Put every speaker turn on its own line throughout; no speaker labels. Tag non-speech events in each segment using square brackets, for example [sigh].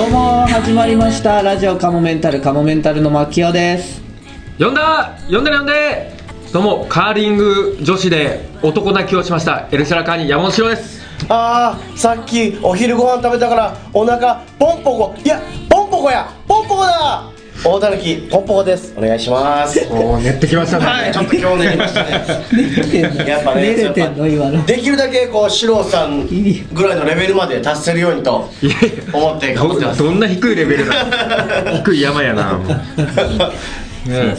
始まりましたラジオカモメンタルカモメンタルの牧雄です
呼んだ呼んで呼んでどうもカーリング女子で男泣きをしましたエルシャラカーニ山本城です
あーさっきお昼ご飯食べたからお腹ポンポコいやポンポコやポンポコだ大たぬきポンポコですお願いします
[laughs] おお練ってきましたね、
はいちょっと今日ねりました
[laughs]
ねやっぱ
寝
ね
れてんの今の
できるだけこう四郎さんぐらいのレベルまで達せるようにと
いやいや
思って頑張ってま
ど
す
どんな低いレベル
[laughs]
だ低い山やなもう
そう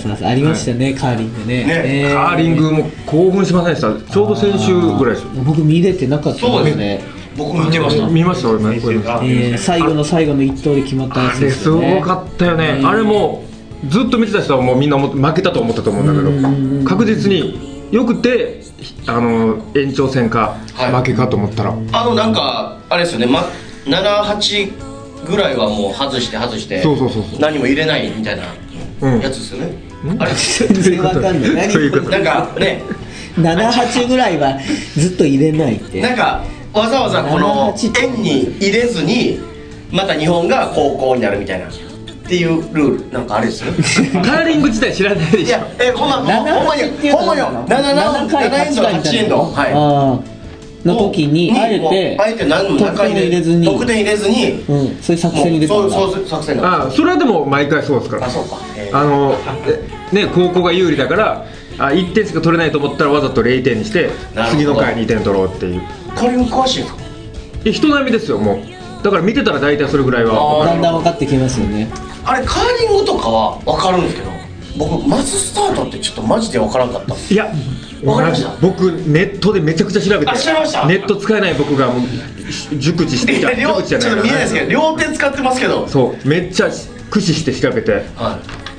そうそうありましたね、カーリングね
ね
え
カーリングも興奮しませんでしたちょうど先週ぐらいですよ
僕見れてなかった
[laughs] そうですね僕も見てました
見ました俺もこれ
あ
えー最後の最後の一投で決まったや
あ
つ
れ
です
す
よ
ご
ね
かったよね、
うん
あれもうずっと見てた人はもうみんなも負けたと思ったと思うんだけ
う
ど
ん
確実によくてあの延長戦か
はい
負けかと思ったら、
あのなんかあれですよね、ま、78ぐらいはもう外して外して
そうそうそうそう
何も入れないみたいな
うん
やつですよね、あれ
全然わかんない何
そういうこと
なんかね
78ぐらいはずっと入れないって
なんかわざわざこの
78って
円に入れずにまた日本が高校になるみたいなっていうルールなんかあれですよね
[laughs]
カーリング自体知らないで
い
しょ
やえほんまほん
7
まに
っていう
ほ
の
んま
は
よ
何なの
7
回
円
勝ち
と8
たいみたいな
円のはい
あーの時にあえ
もう
て
あえて何も
得
中
点入れずに
得点入れずに
うんそういう作戦に出た
も
ん
う
だ
そうそう作戦なんだ
あそれはでも毎回そうですから
あそうかえー
あのえね高校が有利だからあ1点しか取れないと思ったらわざと0点にして
なるほど
次の回2点取ろうっていう
これも詳しいんですか
え人並みですよもうだから見てたら大体それぐらいは
あ
だんだん分かってきますよね
あれカーリングとかは分かるんですけど僕マススタートってちょっとマジで分からんかった
いや
わかりました
僕ネットでめちゃくちゃ調べて
あ調べました
ネット使えない僕がもう熟知して
い
いた
や両
熟知
ちょっと見えないですけど両手使ってますけど
そうめっちゃ駆使して調べて
はい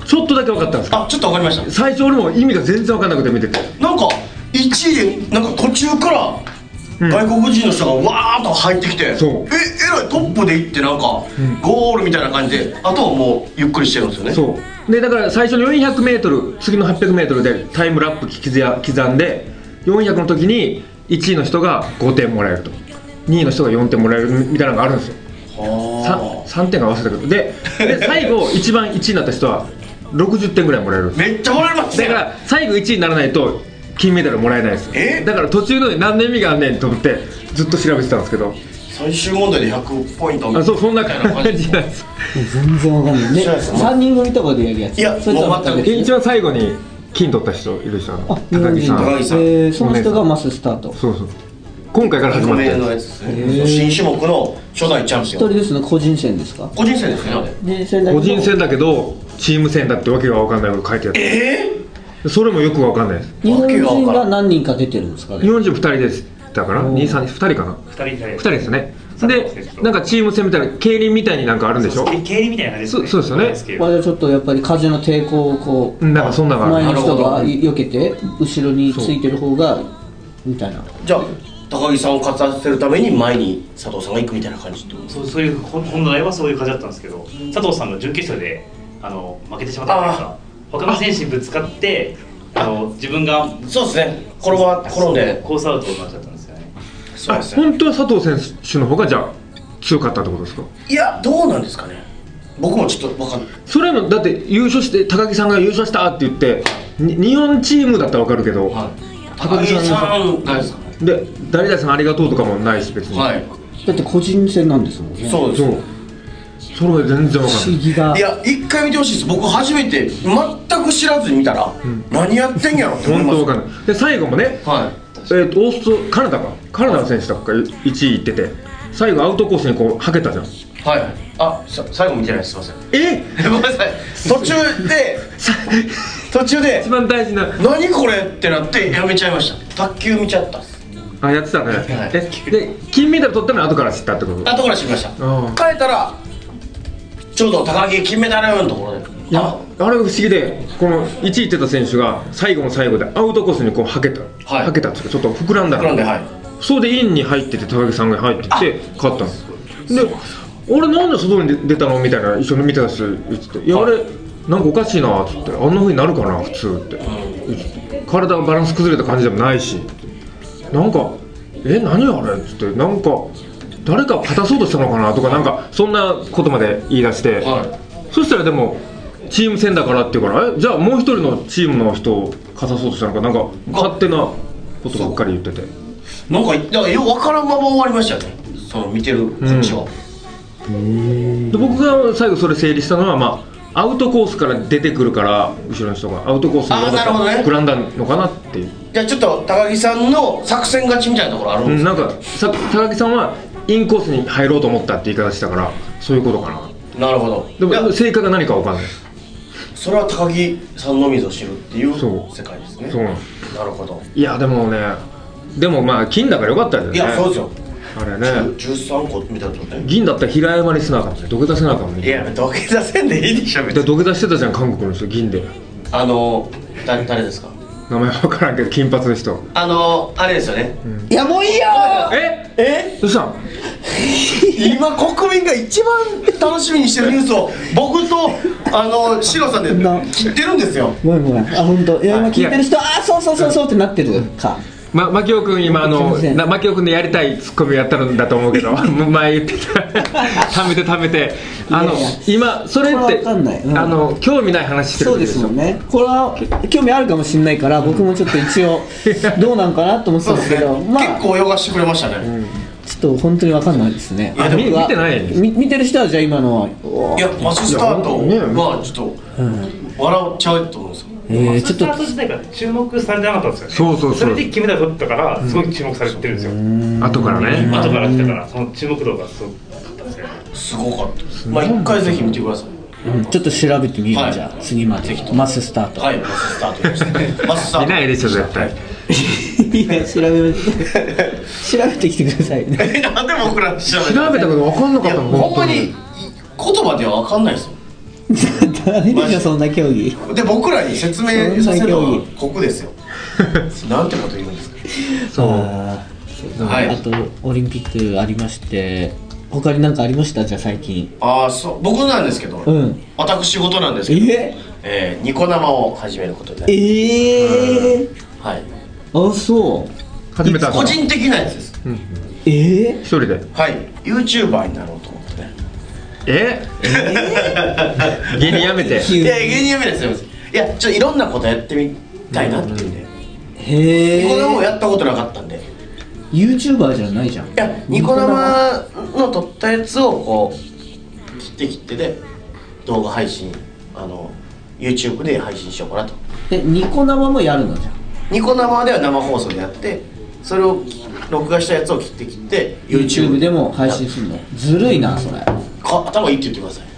ちょっとだけ分かったんですけど
あちょっと分かりました
最初俺も意味が全然分かんなくて見てて
なんか1位でなんか途中から外国人の人がわーっと入ってきて、
そう
ええらいトップでいってなんか、ゴールみたいな感じであとはもうゆっくりしてるんですよね
そうでだから最初の 400m 次の 800m でタイムラップ刻や刻んで400の時に1位の人が5点もらえると2位の人が4点もらえるみたいなのがあるんですよ
は
3, 点が合わせたけどでで最後一番1位になった人は60点ぐらいもらえる
あめっちゃもらえます
だ
ね
から最後1位にならないと金メダルもらえないです
え
だから途中ので何の意味があんねんと思ってずっと調べてたんですけど
最終問題で100ポイント
あそうそんな
みたい
感じなんです
全然わかんないね
そうです
3人組とかでやるやつ
いや
それとはた
もう全
別
く
一番最後に金取った人いるでしょあの
あ日
高
本
木
人
さん
高木さん
えーその人がマススタート
そうそう今回から始ま
100
った
名
や
のや
つ
つですね新種目の初代チャンピ
一
オ
人
ン
ですね個人戦ですか
個人戦ですねあれ
個人戦だけ
個
ど
人戦だけどチーム戦だってわけが分かんないこと書いてあって
え
それもよく分かんないです
日本人が何人か出てるんですか
日
ね
本人2人ですだから
おー
232人かな
二人で
2人ですね
そう
で
そう
なんかチーム戦みたいな競輪みたいになんかあるんでしょ
そう経理みたいな感じですね
そうそうで
ですす
よ
け
ま
ど
だちょっとやっぱり風の抵抗をこう
なんかそんなのがあ
前
る
の人が
なるほど
避けて後ろについてる方がみたいな
じゃあ高木さんを勝たせるために前に佐藤さんが行くみたいな感じってこと
そうそういうほん本来はそういう感じだったんですけど佐藤さんが準決勝であの負けてしまったというか他の選手にぶつかってあの自分が
そうですね転ば転んで
コースアウトになっちゃったんですよね
そう
あ
ですね
本当は佐藤選手の方がじゃあ強かったってことですか
いやどうなんですかね僕もちょっと分かんない
それもだって優勝して高木さんが優勝したって言ってに日本チームだったら分かるけど、
高木さんがですかね
で誰々さんありがとうとかもないし別に、
はい
だって個人戦なんですもんね
そうです
そうそれは全然分
不
かん
思
ない
議が
いや一回見てほしいです僕初めて全く知らずに見たら、何やってんやろって思い
本
ま
当
す
分かんないで最後もね、
は
えーとオーストカナダかカナダの選手だっか1位いってて最後アウトコースにこうはけたじゃん
いはいあさ最後見てないですすいません
え
ごめんなさい途中で
さ
途中で
一番大事な
何これってなってやめちゃいました卓球見ちゃったっす
あやってたね、
はい
えで金メダル取ったのは後から知ったってこと
後から知りました
あ
帰ったらちょうど高木金メダルのところで
いやあれが不思議でこの1位行ってた選手が最後の最後でアウトコースにこうはけた、
はい
けたんですかちょっと膨らんだ
あ
の
なんではい
そうでインに入ってて高木さんが入ってて勝ったんですで俺なんで外に出たのみたいな一緒に見てたし言ってて「いやあ
はい
れなんかおかしいな」っつって「あんなふうになるかな普通」って言ってて体がバランス崩れた感じでもないしなんか「え何あれ?」っつってなんか誰か勝たそうとしたのかなとかなんかそんなことまで言い出して、そしたらでもチーム戦だからっていうからえじゃあもう一人のチームの人を勝たそうとしたのかなんか勝手なことばっかり言ってて
なんかだからよく分からんまま終わりましたよねその見てるこっちは、
で僕が最後それ整理したのはまあアウトコースから出てくるから後ろの人がアウトコースに
あーなるほどね
膨らんだのかなっていう、
じゃあちょっと高木さんの作戦勝ちみたいなところあるん
う
です
ん、
か、
なんかさ高木さんはインコースに入ろうと思ったって言い方したからそういうことかな
なるほど
で
いや
も成果が何かわかんない
それは高木さんのみぞ知るっていう
そう
世界ですね
そうなの
なるほど
いやでもねでもまあ金だからよかったよね
いやそうですよ
あれね
13個みたいなことね
銀だったら平山にせなあかんね土下座せなあかんね
いや土下座せんでいいでしょ別
で
に
土下座してたじゃん韓国の人銀で
あの誰誰ですか
名前わからんけど金髪の人
あのあれですよね、
いやもういいよ
え
え
どうしたん
今国民が一番楽しみにしてるニュースを僕とあのシロさんで
な
切ってるんですよ
ごめんごめんあ本当いや今聞いてる人ああそうそうそうそうってなってるか
ま、マキオ君今あ
すい
の
ません
なマキオ君のやりたいツッコミをやったんだと
[laughs]
思うけど前言ってた貯めて貯めてあの
いやいや
今それっ
これ
て
はわかんないうん
あの興味ない話してる
そ
時
うですもん
ね
ねこれは興味あるかもしれないから僕もちょっと一応どうなんかなと思ってたんですけどまあ
結構泳がしてくれましたね、
ちょっと本当にわかんないですね
やでも
僕は
見てない
み見てる人はじゃあ今のはい
やマススタート
いやね
はちょっと笑っちゃうと思うんですよ
えー、ちょっ
スタート
と
自体が注目されてなかったんですよね
そうそうそう
れで金メダル取ったからすごい注目されてるんですよ、
後からね
後から来たからその注目度がすごかったんですよね
すごかったですまあ一回ぜひ見てください
うんちょっと調べてみる、
はい
じゃあ次までマススタート、
はいマススタートですマススター
見
ト
ないでしょ絶対
い、や調べま調べてきてくださいね
え [laughs] なんで僕ら知らない
調べたこと分かんなか
い
っ
や
たもん
ほんま
本当
に言葉では分かんないですよ
誰でしょそんな競技
で僕らに説明させるのはここですよなんてこと言うんですか
そう
あー
はい
あとオリンピックありまして他に何かありましたじゃあ最近
ああそう僕なんですけど、
うん
私事なんですけど
え
えーニコ生を始めることになり
えー、
はい
あそう
始めたん
個
ですか
人的なやつです
ええ
一人で
はい YouTuber になろうと思ってね
え芸人やめて
急
い
に
や芸人やめないですやめないですいやちょっといろんなことやってみたいなっていうんで、
へ
ニコ生を
え
やったことなかったんでい
YouTuber じゃないじゃん
やニコ生の撮ったやつをこう切って切ってで動画配信あの YouTube で配信しようかなと
えニコ生もやるのじゃん
ニコ生では生放送でやってそれを録画したやつを切って切って
YouTube でも配信するのずるいなそれ
か頭いいって言ってください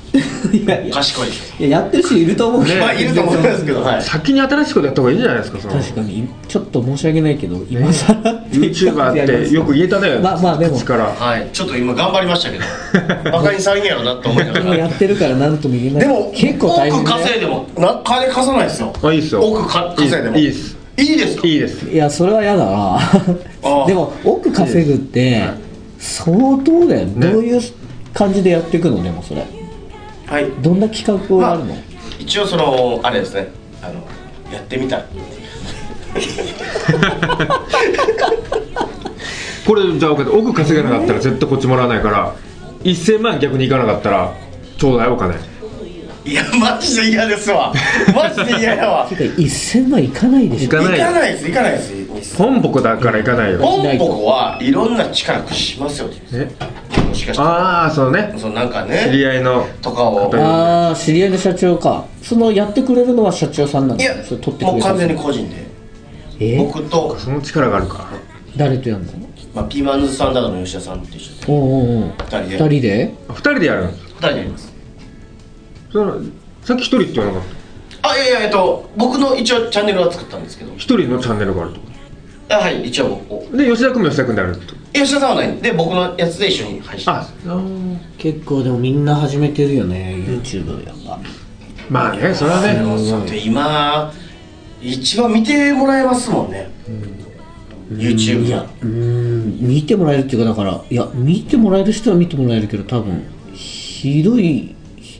いやいや
賢いで
い
す
ややってる人いると思うけど、
まあいると思うんですけど、はい。
先に新しいことやった方がいいんじゃないですかその
確かにちょっと申し訳ないけど今更っていう感じ
YouTuber
あ
っ
ります
てよく言えたね
まあまあでも
口から
はい、ちょっと今頑張りましたけど、バカにされんやろなと思いなが
でもや
ら。
ってるから何とも言えない
でも、
結構大変
億
だよ
稼いでも、な、金貸さないですよ。
あいいっすよ
億か稼いでも。
いいっす
いいですか。
いいです
いやそれは嫌だな
ああ
でも奥稼ぐって相当だよ、
ね
どういう感じでやっていくのでもそれ
はい。
どんな企画があるの、
ま一応その、あれですね。あの、やってみたい。
これじゃあ分かった奥稼げなかったら絶対こっちもらわないから1000万逆にいかなかったらちょうだいお金
いや、マジで嫌ですわ。マジで嫌
[laughs]
やわ。
てか1000万いかないでし
い
ょ
か
行
ない
かないです、行かないです。
本国だからいかないよ
ポンポコはいろんな力駆使しますよ。
え
もしかして。
ああそのね
そのなんか
知り
ね。
合いの
とかを。
ああ知り合いの社長かそのやってくれるのは社長さんなの
いや
それ取っ、てく
も
れ
う
る
完全に個人で。
えー、
僕と、
その力があるか
誰とやるの
まあ、ピーマンズサンダードの吉田さんと一緒
お
で
うおうおう
二
二人
人で
で
あ二人でやるんです
二人でやります
そのさっき一人って言わなかった
あいやいやえっと僕の一応チャンネルは作ったんですけど
一人のチャンネルがあると
あはい一応僕
で吉田君も吉田君であると
吉田さんはないんで僕のやつで一緒に配信
あ
結構でもみんな始めてるよね YouTube やっぱ
まあねそれはね
で今一番見てもらえますもんね、YouTube
いやうーん見てもらえるっていうかだからいや見てもらえる人は見てもらえるけど多分ひどい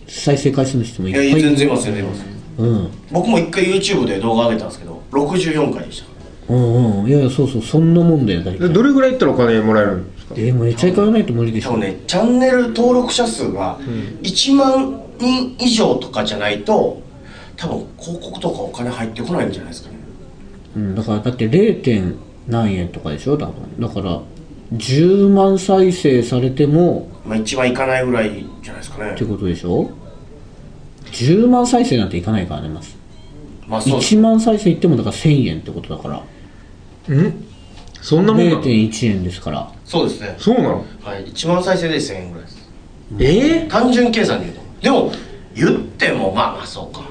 再生回数の人もい
い
っ
や
ぱい
全然います全然います
うん
僕も一回 YouTube で動画上げたんですけど64回でした
うんうんいやいやそうそうそんなもんだよ大
で
体
どれぐらいいったらお金もらえるんですか
でもめっちゃ行かないと無理でし
多
ょ
分ねチャンネル登録者数が1万人以上とかじゃないと多分広告とかお金入ってこないんじゃないですかね
うん、だからだって 0. 点何円とかでしょ多分だから10万再生されても
まあ1万いかないぐらいじゃないですかね
ってことでしょ10万再生なんていかないからねまず
まあそう
1万再生いってもだから1000円ってことだから
うんそんなもんなの
0.1円ですから
そうですね
そうなの
はい1万再生で1000円ぐらいです
え
単純計算で言うとでも言ってもまあまあそうか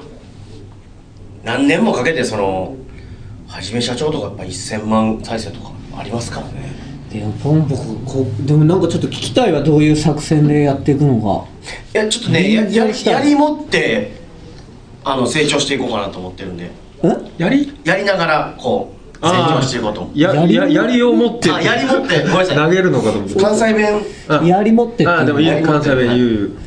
何年もかけてそのはじめ社長とかやっぱ1000万再生とかありますからね
いやポンポコこでもなんかちょっと聞きたいわどういう作戦でやっていくのか
いやちょっとねや
臨場
や
したい
やり持ってあの成長していこうかなと思ってるんで
え
やり
やりながらこう成
あー
長していこうと
や
やり
ややりを持って
あやり持ってごめんなさい
投げるのかと思って
関西弁
あ
やり持ってって
あでもいい
やり持っ
関
て
西弁言う言う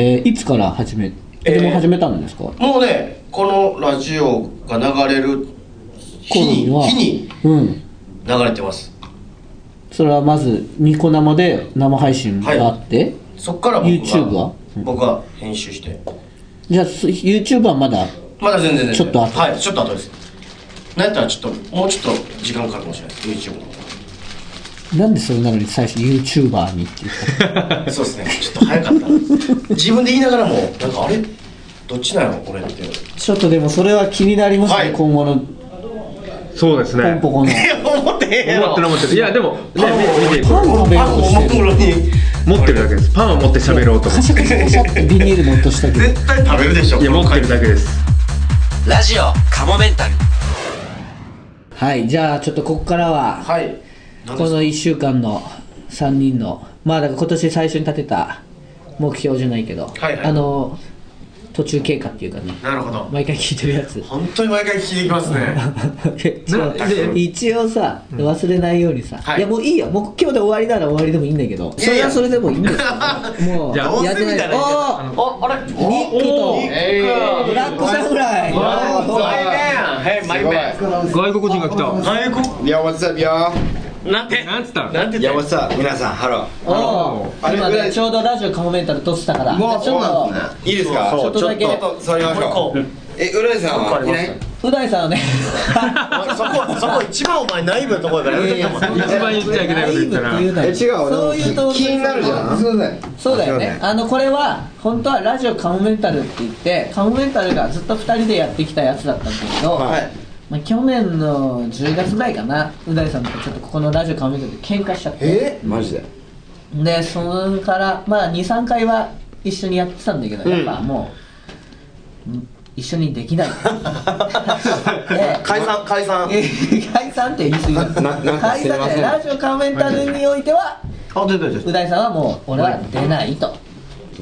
へえいつから始め
え
で
ー
も始めたんですか、
もうねこのラジオが流れる日に
頃は
日に
うん
流れてます
それはまずニコ生で生配信があって、
そっから僕が
YouTube は
僕が編集して
じゃあす YouTube はまだ
まだ全然全然
ちょっと後
はいちょっと後ですなんやったらちょっともうちょっと時間かかるかもしれないです YouTube の方
なんでそれなのに最初 YouTuber にって言ったの
そうですね、ちょっと早かったな。自分で言いながらも、なんかあれ、どっちなの、これって。い
ちょっとでもそれは気になりますね、
はい
今後の
そうです
ポン
ね
ポコの
や、思ってへんや
思
ろ
ってる。思ってるいやでもね見ていこ
パン食べよ
パ
うと
ンを
して
も
る
ろに。
う持ってるだけですパンを持って喋ろうと思
カ
って
シャカシャカシャってビニール持っとしたけど
絶対食べるでしょ
いや持ってるだけです
ラジオカモメンタル
はいじゃあちょっとここからは、
はい。
この1週間の3人のまあだから今年最初に立てた目標じゃないけど、
はいはい
あの途中経過っていうかね
なるほど。
毎回聞いてるやつ
本当に毎回聞いてきますね。
一応一応さ、忘れないようにさ、
はい
い、やもういいよもう今日で終わりなら終わりでもいいんだけど
いやいや
それはそれでもいいんですよもう
じゃあ
やってない
どうせみたいな言い
お
方
ー
あ、あ
ニ
れ。
ックと
え
ブラックサムライ
おー
Hey, my man.
外国人が来た
外国。
いや、what's up, y'all?
なんて。
なんつった
なんて
い
言
や、
った。
what's up? 皆さん、ハロ
おお
あれ
今
ぐら
ね
い
ちょうどラジオカモメンタル撮ってたから
ー。もう、
ちょ
そう
っ
なん
と
ですね。いいですか
そうちょっとだけ
ちょっと座りましょう。え、浦井さんはいない
う大さんはね
そこ、そこ一番お前ナイブのところからやめとけもん。
一番言っちゃいけないこと言ったな
ライ [laughs] ブって言うな
え、
よ
違う、
そういう友達
気になるじゃん。すいません。
そうだよね。あのこれは本当はラジオカモメンタルって言ってカモメンタルがずっと2人でやってきたやつだったんだけど、
はい
まあ、去年の10月ぐらいかなうだりさんとちょっとここのラジオカモメンタルで喧嘩しちゃって
えマジで
でそのからまあ23回は一緒にやってたんだけど、やっぱもうん一緒にできない
[laughs]
で
解散、解散。
え解散って言い過ぎだ
ななんか
解
すい
散
ま
っ
せ
て
ん
ラジオカモメンタルにおいては
あ、出た、出
うだいさんはもう俺は出ないと。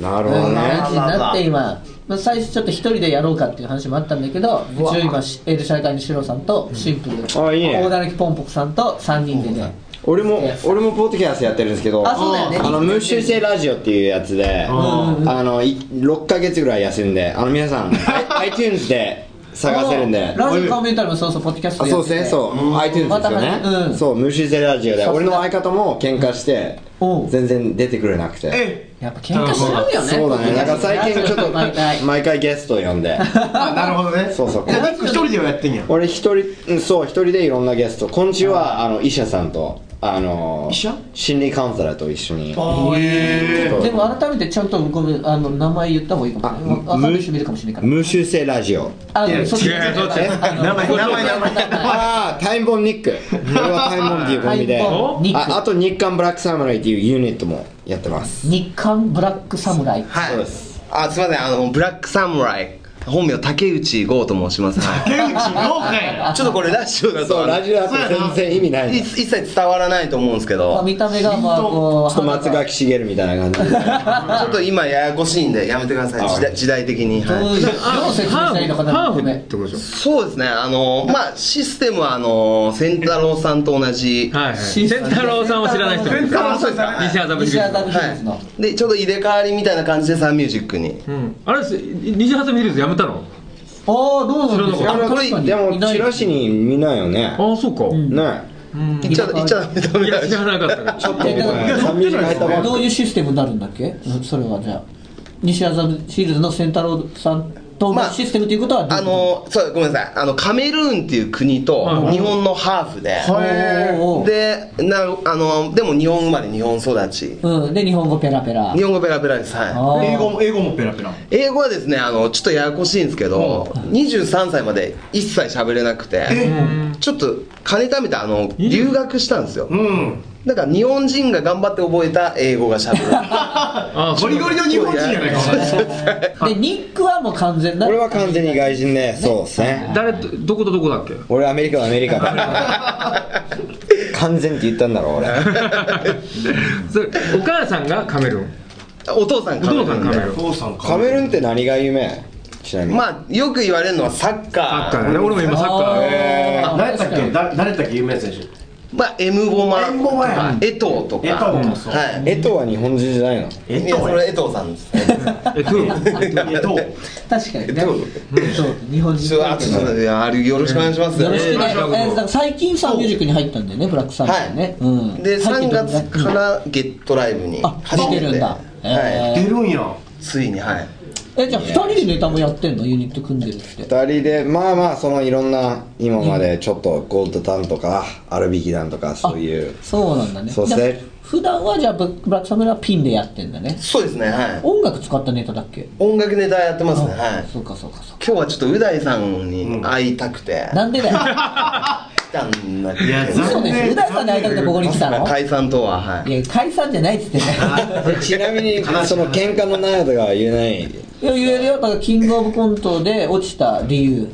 なるほどね。
感じになって今、まあ、最初ちょっと一人でやろうかっていう話もあったんだけど一応今しエルシャイ会のシロさんとシンプル、
あいいね
大だらきポンポコさんと3人でね、
俺も俺もポッドキャストやってるんですけど
あそうだよね
あのムッシュ生ラジオっていうやつであのい6ヶ月ぐらい休んであの皆
[laughs]
さん i- iTunes で探せるん
あ
で
のラジオカメンタルもそうそうポッドキャスト
あ
でや
そう
っ
で
てて
すねそう、iTunes ですよね
ま、たうん
そうムッシュ生ラジオ
さ
で
すが
俺の相方も喧嘩して
おう
全然出てくれなくて
やっぱ喧嘩しちゃうよね
そうだねなんか最近ちょっと
毎回
毎回ゲスト呼んで
なるほどね。
そうそう
じゃあ、ニック一人ではやってんや。
俺一人うんそう一人でいろんなゲスト今週はあの医者さんとあの
医者
心理カウンセラーと一緒に
え
でも改めてちゃんとごめんあの名前言った方がいいか
あ
もね分かる人見るかもしれないから
無修正ラジオ
あ
いや
そっち
違うそっち
あの
名前名前名前
ああタイムボンニックこれはタイムボンっていうコンビで
タイムボンニック
ああと日刊ブラックサムライっていうユニットもやってます
日刊ブラックサムライ
はい。
そうです
あ、すみません。あのブラックサムライ。本名竹内剛と申します。はい
竹内豪華や
ちょっとこれラジオだと
そうラジオだと全然意味ない
い
ち
一切伝わらないと思うんですけ
まあ
ど、
見た目がまあこう
ょっと松垣しげるみたいな感じで
ちょっと今ややこしいんでやめてください。時代時代的に。
どう
はい
どう説明したらいいのかな
ハーフ
ごめ
って
ん
ことでし
そうですね。あのまあシステムはあの千太郎さんと同じ
ょ。はいはい千太郎さんを知らない人もいる
ん。あ、そうですね。
西麻布
西
ヒルズ
麻布ヒルズの、
はい。でちょうど入れ替わりみたいな感じでサンミュージックに。
うんあれ西麻布ヒルズやめたの
ああどうなんです
知ら
か
なか
あの
これ
でもチラシに見ないよね
ああそうか、
ん
ね
うん
言っちゃ言っちゃダメダメ
い
だ
や知らなかったちょっ
いやだから
三短いと
ど
こ
ういうシステムになるんだっけそれはじゃあ西麻布シールズの仙太郎さんと
まあ
のシステムということはどう
あのそうごめんなさいあのカメルーンっていう国と
はい
日本のハーフで、
おーおー
でなあのでも日本生まれ日本育ち
うんで日本語ペラペラ
日本語ペラペラですはい
あー
英語も英語もペラペラ
英語はですねあのちょっとややこしいんですけど、23歳まで一切喋れなくてちょっと金貯めてあの留学したんですよ、
うん
だから日本人が頑張って覚えた英語が喋れる
あ
ゴリゴリの日本人じゃないかお前
でニックはもう完全な
俺は完全に外人でそうですね
誰とどことどこだっけ
俺アメリカはアメリカだ [laughs] 完全って言ったんだろ俺
それお母さんがカメルーン
お父さん
お
カメル
父
ー
さん
ン
カメ
で
ルーン
父さん
カメルーンって何が夢ちなみに
まあよく言われるのはサッカ
サ
ー
ッカーだね俺も今サッカー
あー
誰だっけだ誰だっけ有名な選手
まあエムボマ
エムボマや
エトーとか
江藤もそう
はい
エトは日本人じゃないの
江
い
藤
やそれ江藤さんです
えトゥー
江藤
確かにねそう日本人
ちょっとあちょっといやあれよろしくお願いします
よろしくね、
え
え
ー
ーだから最近サンミュージックに入ったんだよねブラックサンダーね、
はいで
入
3
ってどれぐらい
月からゲットライブに
あ
初め
出てるんだ
は
え
出るんや
いついにはい
ーえじゃあ2人でネタもやってんのユニット組んでるって
二人でまあまあそのいろんな今までちょっとゴールドタンとかアルビキダンとかそういう
そうなんだね
そう
じゃあ
セ
普段はじゃあブブラックサンダーはピンでやってんだね
そうですねはい
音楽使ったネタだっけ
音楽ネタやってますねはい
そうかそうかそうか
今日はちょっとう大さんに会いたくて
なんでだよ [laughs]
来たんだ
いや
け
残
嘘
念
でしょうだいさんに会いたくてここに来た
ど
の
解散とははい
いや解散じゃないっつってね
[laughs] えちなみにその喧嘩の悩みが言えない
いや言えるよだからキングオブコントで落ちた理由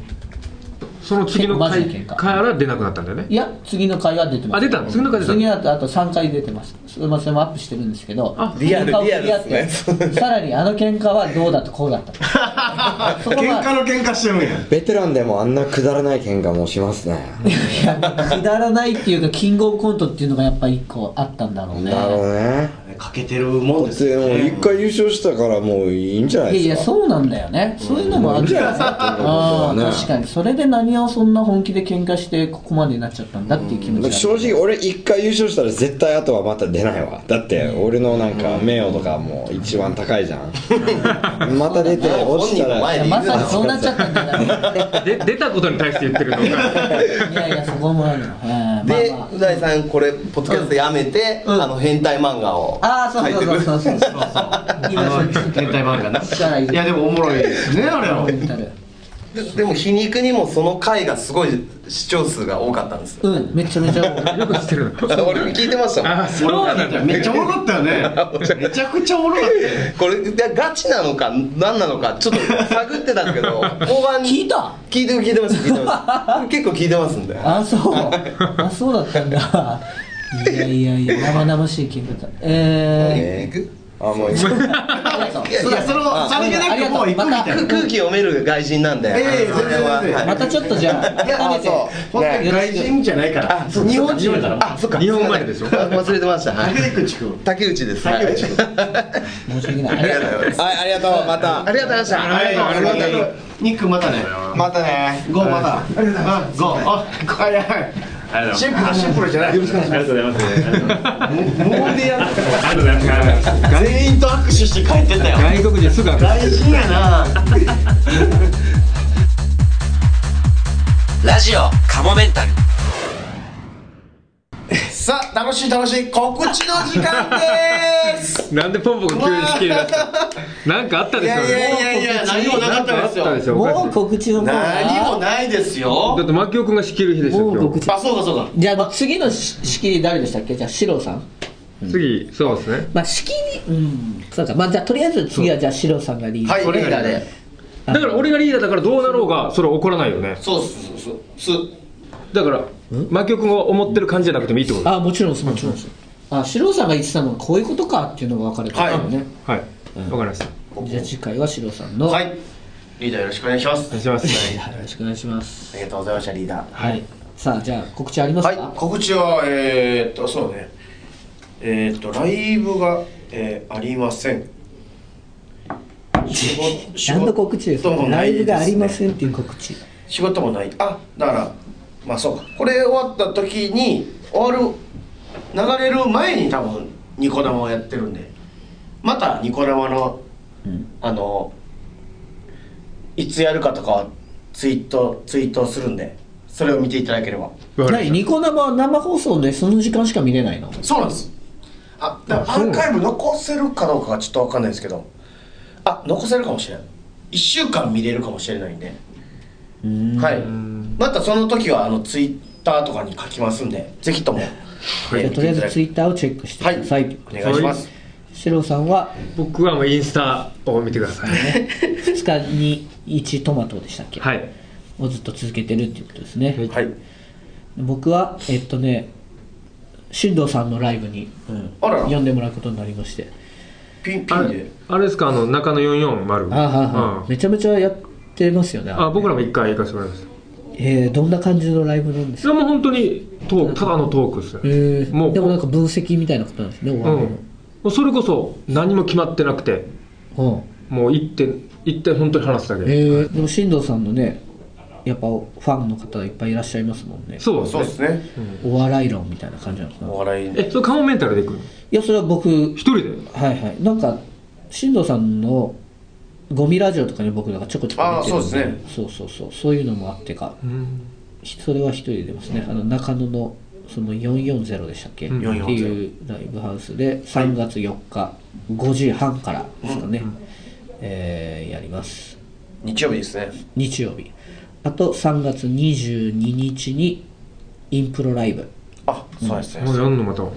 その次の
マジ
回
で喧嘩
から出なくなったんだよね
いや次の回は出てます
あ出た次の回出た
次はあと3回出てますそれもそれもアップしてるんですけど
あ
リアル
喧嘩を
リアル
やって
ですね
さらにあの喧嘩はどうだとこうだったとそこは
喧嘩の喧嘩してるんや
ベテランでもあんなくだらない喧嘩もしますね
いやくだらないっていうかキングオブコントっていうのがやっぱ一個あったんだろうね
なるほどね
かけてるもんです
で
よ
もう一回優勝したからもういいんじゃない
いやい
で
や
すか
そうなんだよねそういうのもあるよねあ
うん
ー確かにそれで何をそんな本気で喧嘩してここまでになっちゃったんだっていう気持ちがある
正直俺一回優勝したら絶対あとはまた出ないわだって俺のなんか名誉とかもう一番高いじ
[laughs]
ゃんまた出て落ちた
本人の前
い
ら
やまさにそうなっちゃったんじゃない
で出たことに対して言ってるのが
いやいやそこもあ [laughs] るのうんま
で
あまあ
う大さんこれポッドキャストやめてあの変態漫画を
ああそうそうそうそうそうそう今 [laughs] そっち
変態漫画な
力入れ
いやでもおもろいですねあれは
メンタル
ででも皮肉にもその回がすごい視聴数が多かったんです
う
よ
んめちゃめちゃ
よく知ってるの
俺聞いてましたもん
あそうなんだ
めっちゃおもろかったよね [laughs] めちゃくちゃおもろかったよ
これいやガチなのか何なのかちょっと探ってたんですけど後半
[laughs] 聞い
に
た
聞いてる聞いてます聞いてます結構聞いてますんで
あそうあそうだったんだいやいやいや生々しい喧嘩だえ
いく
あもう
ーありがとう
いやそのさりげなくもう行くみたい
空空気読める外人なんで、
いやいや
あの
全
それは
然全然
は
またちょっとじゃ [laughs] あ改めて
な本当に外人じゃないから
い日本人
日本人
あそっか
日本生まれでしょ
あ忘れてましたはい
竹口君
竹内ですはい
竹内君
申し訳ないありがとう
はいありがとうまた
ありがとうございました
はい
はい
ありがとうニックまたね
またね
ゴーまたありがとうございますゴーあはいはい
ありがとうござ
シ
い
ン
ま
プルシンプルじゃない
すありがとうございますありがとうございます
もうでやっ
ありがとうございますありがとうございます
た全員と握手して帰ってたよ
外国人すぐ
外人やな
[laughs] ラジオカモメンタル
さあ楽しい楽しい告知の時間でーす
なんでポンポが急に好きになったなんかあったでしょ
いやいや何もなかったです
あった
よ
でしょお
も
か
う
しい
告知のコーナー
何もないです
だっ
よ
て牧雄君が仕切る日でし
も
ょ
う
今
告
日
知
あそうかそうか
じゃあ次のし仕切り誰でしたっけじゃあシロさん
次そうですね
まあ仕切りうんそうかまあじゃあとりあえず次はじゃあシロさんがリーダー
はいリーダーで
だから俺がリーダーだからどうなろうがそれは怒らないよね
そうそうそうそう
だから牧雄君が思ってる感じじゃなくてもいいってこと
あもちろんですもちろんですあシロさんが言ってたのはこういうことかっていうのが分かれてたよね
はいわかりました
じゃあ次回はシロさんの
は
はい
いリーダーよろしくお願いします
お願いします
よろしくお願いします
ありがとうございましたリーダー
はいさあじゃあ告知あります
はい
か
告知はえー、っとそうねえー、っとライブが、えーありません仕事
[laughs]
仕
何の
事
告知です
どう
か
も
ラ
な
イ
い
ブ
ですね
がありませんっていう告知
仕事もないあだからまあそうかこれ終わった時に終わる流れる前に多分ニコ生をやってるんでまたニコ生の、あのいつやるかとかはツイートツイートするんでそれを見ていただければ
何ニコ生は生放送でその時間しか見れないの
そうなんですあだからアーカイブ残せるかどうかはちょっと分かんないですけどあ残せるかもしれない1週間見れるかもしれないんではいまたその時はあのツイッターとかに書きますんでぜひとも
じゃあとりあえずツイッターをチェックして
は
く
い
ださいということ
お
で
願いします
シロさんは
僕はもうインスタを見てください
2日に1トマトでしたっけ、
はい
をずっと続けてるっていうことですね、
はい
僕はえっとね進藤さんのライブに、うん、
あらら
読んでもらうことになりまして
ピンピ
あ
ン
れ
で
あれですかあの中野440
あーはーはー
うん
めちゃめちゃやってますよね
あ僕らも一回行かせてもらいました
えー、どんな感じのライブなんです
それも本当にトークただのトークですね
えー、
もう
でもなんか分析みたいなことなんですね、お
うん
笑い
もうそれこそ何も決まってなくて
のうん
もう行って行って本当に話すだけ、
えー、でも進藤さんのねやっぱファンの方いっぱいいらっしゃいますもんね
そうです
そう
ね
ですね
お笑い論みたいな感じなのかな
お笑い
えそれカモメンタルで行くの
いやそれは僕
一人で
はいはいなんか進藤さんのゴミラジオとかに僕なんかちょこちょこ出てるん
あーそうですね
そうそうそうそういうのもあってか、ひそれは一人で出ますねあの中野のその440でしたっけ、
ん
440
っていうライブハウスで3月4日5時半からですかね、えーやります
日曜日ですね
日曜日あと3月22日にインプロライブ
あそうですね
もうやんのまた
ま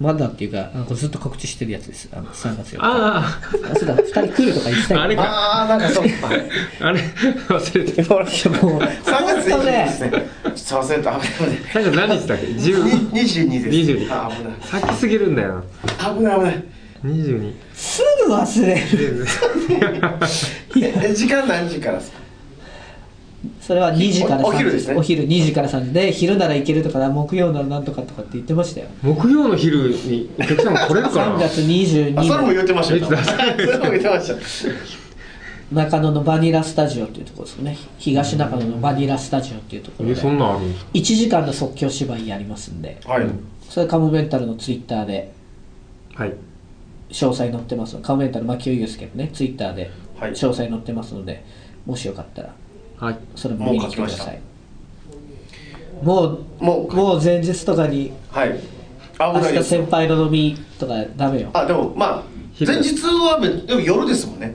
まだっていうかあのこれずっと告知してるやつですあの3月4日
あ
あそうだ2人来るとか言ってたけど
ああれか
ああなんかそうか
ああれ [laughs] 忘れて
[laughs] もう
3月
本当
1日です
ね
ねちょっとすいませんと危ない危
なんか何日だっけ
ない
10
に22です
22
あ危ない
先すぎるんだよ
危ない危ない
な22
すぐ忘れる
え時間何時からですか
それは2時から3時
おお昼ですね
お昼2時から3時で昼ならいけるとかな木曜ならなんとかとかって言ってましたよ
木曜の昼にお客さん来れるか
[laughs] 3
な
月22
あそれも
日
言ってましたよ
いつ
それも言ってました
中野のバニラスタジオっていうところですよね東中野のバニラスタジオっていうところ
え
で
そんなんあるんですか
1時間の即興芝居やりますんで
[laughs] はい
それカモメンタルのツイッターで
はい
詳細載ってますのでカモメンタル牧尾祐介のねツイッターで
はい
詳細載ってますのでもしよかったら
はい
それも見に来てくださいもう
もう
もう前日とかに
はい
明
危ないで
日
す
先輩の飲みとかダメよ
あでもまあ前日はめでも夜ですもんね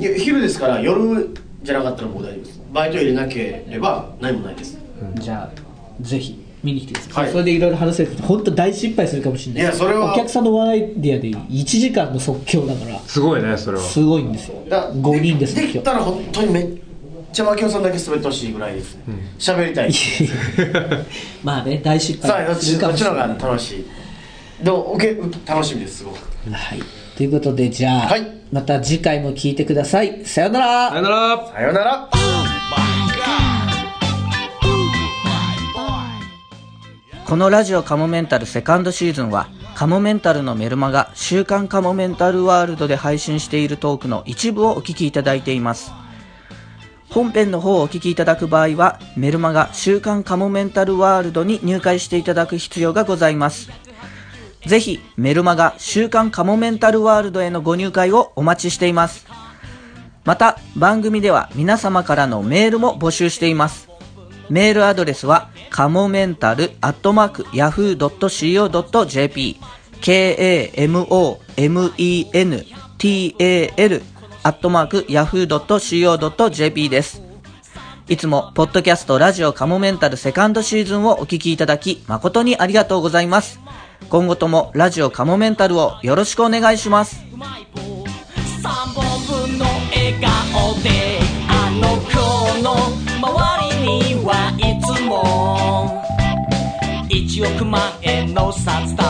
いや昼ですから夜じゃなかったらもう大丈夫ですバイト入れなければ何もないです
じゃあぜひ見に来てください、
はい
それでいろいろ話せると本当大失敗するかもしれない
いやそれは
お客さんのワンアイディアで1時間の即興だから
すごいねそれは
すごいんですよ
だ
5人で
で
即
き
興
たら本当にめっちゃ槙尾さんだけ滑ってほしいぐらいですね喋、りたい
まあね大失
さあど
敗
っ
す
ち
る
ど
か
っ
も
ち
し
の
れ
方
な
が
い
楽しいでも受け楽しみですすごく
はいということでじゃあ、
はい
また次回も聞いてくださいさようなら
さよなら
さようなら
このラジオカモメンタルセカンドシーズンはカモメンタルのメルマガ週刊カモメンタルワールドで配信しているトークの一部をお聞きいただいています。本編の方をお聞きいただく場合はメルマガ週刊カモメンタルワールドに入会していただく必要がございます。ぜひメルマガ週刊カモメンタルワールドへのご入会をお待ちしています。また番組では皆様からのメールも募集しています。メールアドレスは、かもめんたる、アットマーク、ヤフー .co.jp、k-a-m-o-m-e-n-t-a-l、アットマーク、ヤフー .co.jp です。いつも、ポッドキャストラジオカモメンタルセカンドシーズンをお聞きいただき、誠にありがとうございます。今後とも、ラジオカモメンタルをよろしくお願いします。
3本分の笑顔であの子の周りにはいつも1億万円の札束